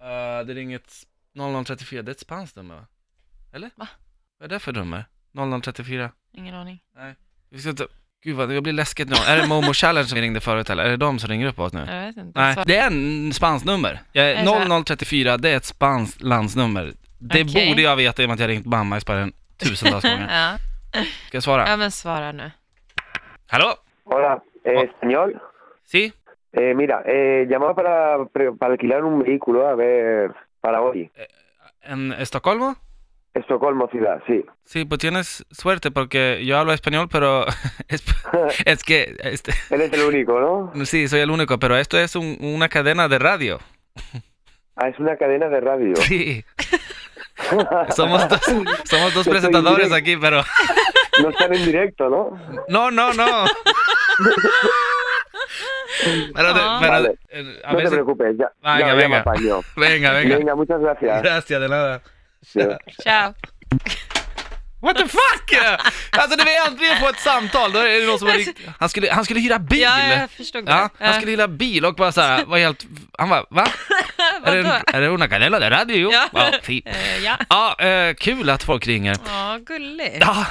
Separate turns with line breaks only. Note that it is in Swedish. Eh, det är inget 0034, det är ett spanskt nummer va? Eller?
Va?
Vad är det för nummer? 0034?
Ingen aning.
Vi ska inte... Gud vad, jag blir läskigt nu. Är det Momo Challenge som vi ringde förut eller? Är det de som ringer upp oss nu?
Jag vet inte.
Nej,
Så-
det är en spanskt nummer. Jag
Eh, alltså- Är det så?
är 0034, det är ett spanskt landsnummer. Det
Okej.
borde jag veta i och med att jag har ringt mamma i Spanien tusentals gånger.
ja.
Ska jag svara?
ja, men svara nu.
Hallå?
Hola, eh, español.
Si?
Eh, mira, eh, llamaba para, pre- para alquilar un vehículo, a ver, para hoy.
En Estocolmo?
Estocolmo ciudad, sí.
Sí, pues tienes suerte porque yo hablo español, pero es, es que este,
Él es el único, ¿no?
sí, soy el único, pero esto es un- una cadena de radio.
Ah, es una cadena de radio.
Sí. Somos dos, somos dos
Yo soy
presentadores
directo.
aquí, pero
No están en directo, ¿no?
no, no, no. Pero, de-
Ah.
pero-
Vale.
eh, a
No te
veces-
preocupes, ya,
Venga,
ya, ya
venga.
me apaño.
venga, venga,
Venga, muchas gracias.
Gracias, de nada.
Adiós.
Ciao.
What the fuck! Alltså när vi äntligen får ett samtal, då är det någon som har ringt. Han skulle, han skulle hyra bil!
Ja, jag förstod det.
Ja, han skulle hyra bil och bara såhär, var helt, han bara va? Är det,
Vadå?
en- är det una canela de radio?
Ja.
Ja, fy.
Eh, ja.
ja eh, kul att folk ringer.
Ja, gulligt.
Ja,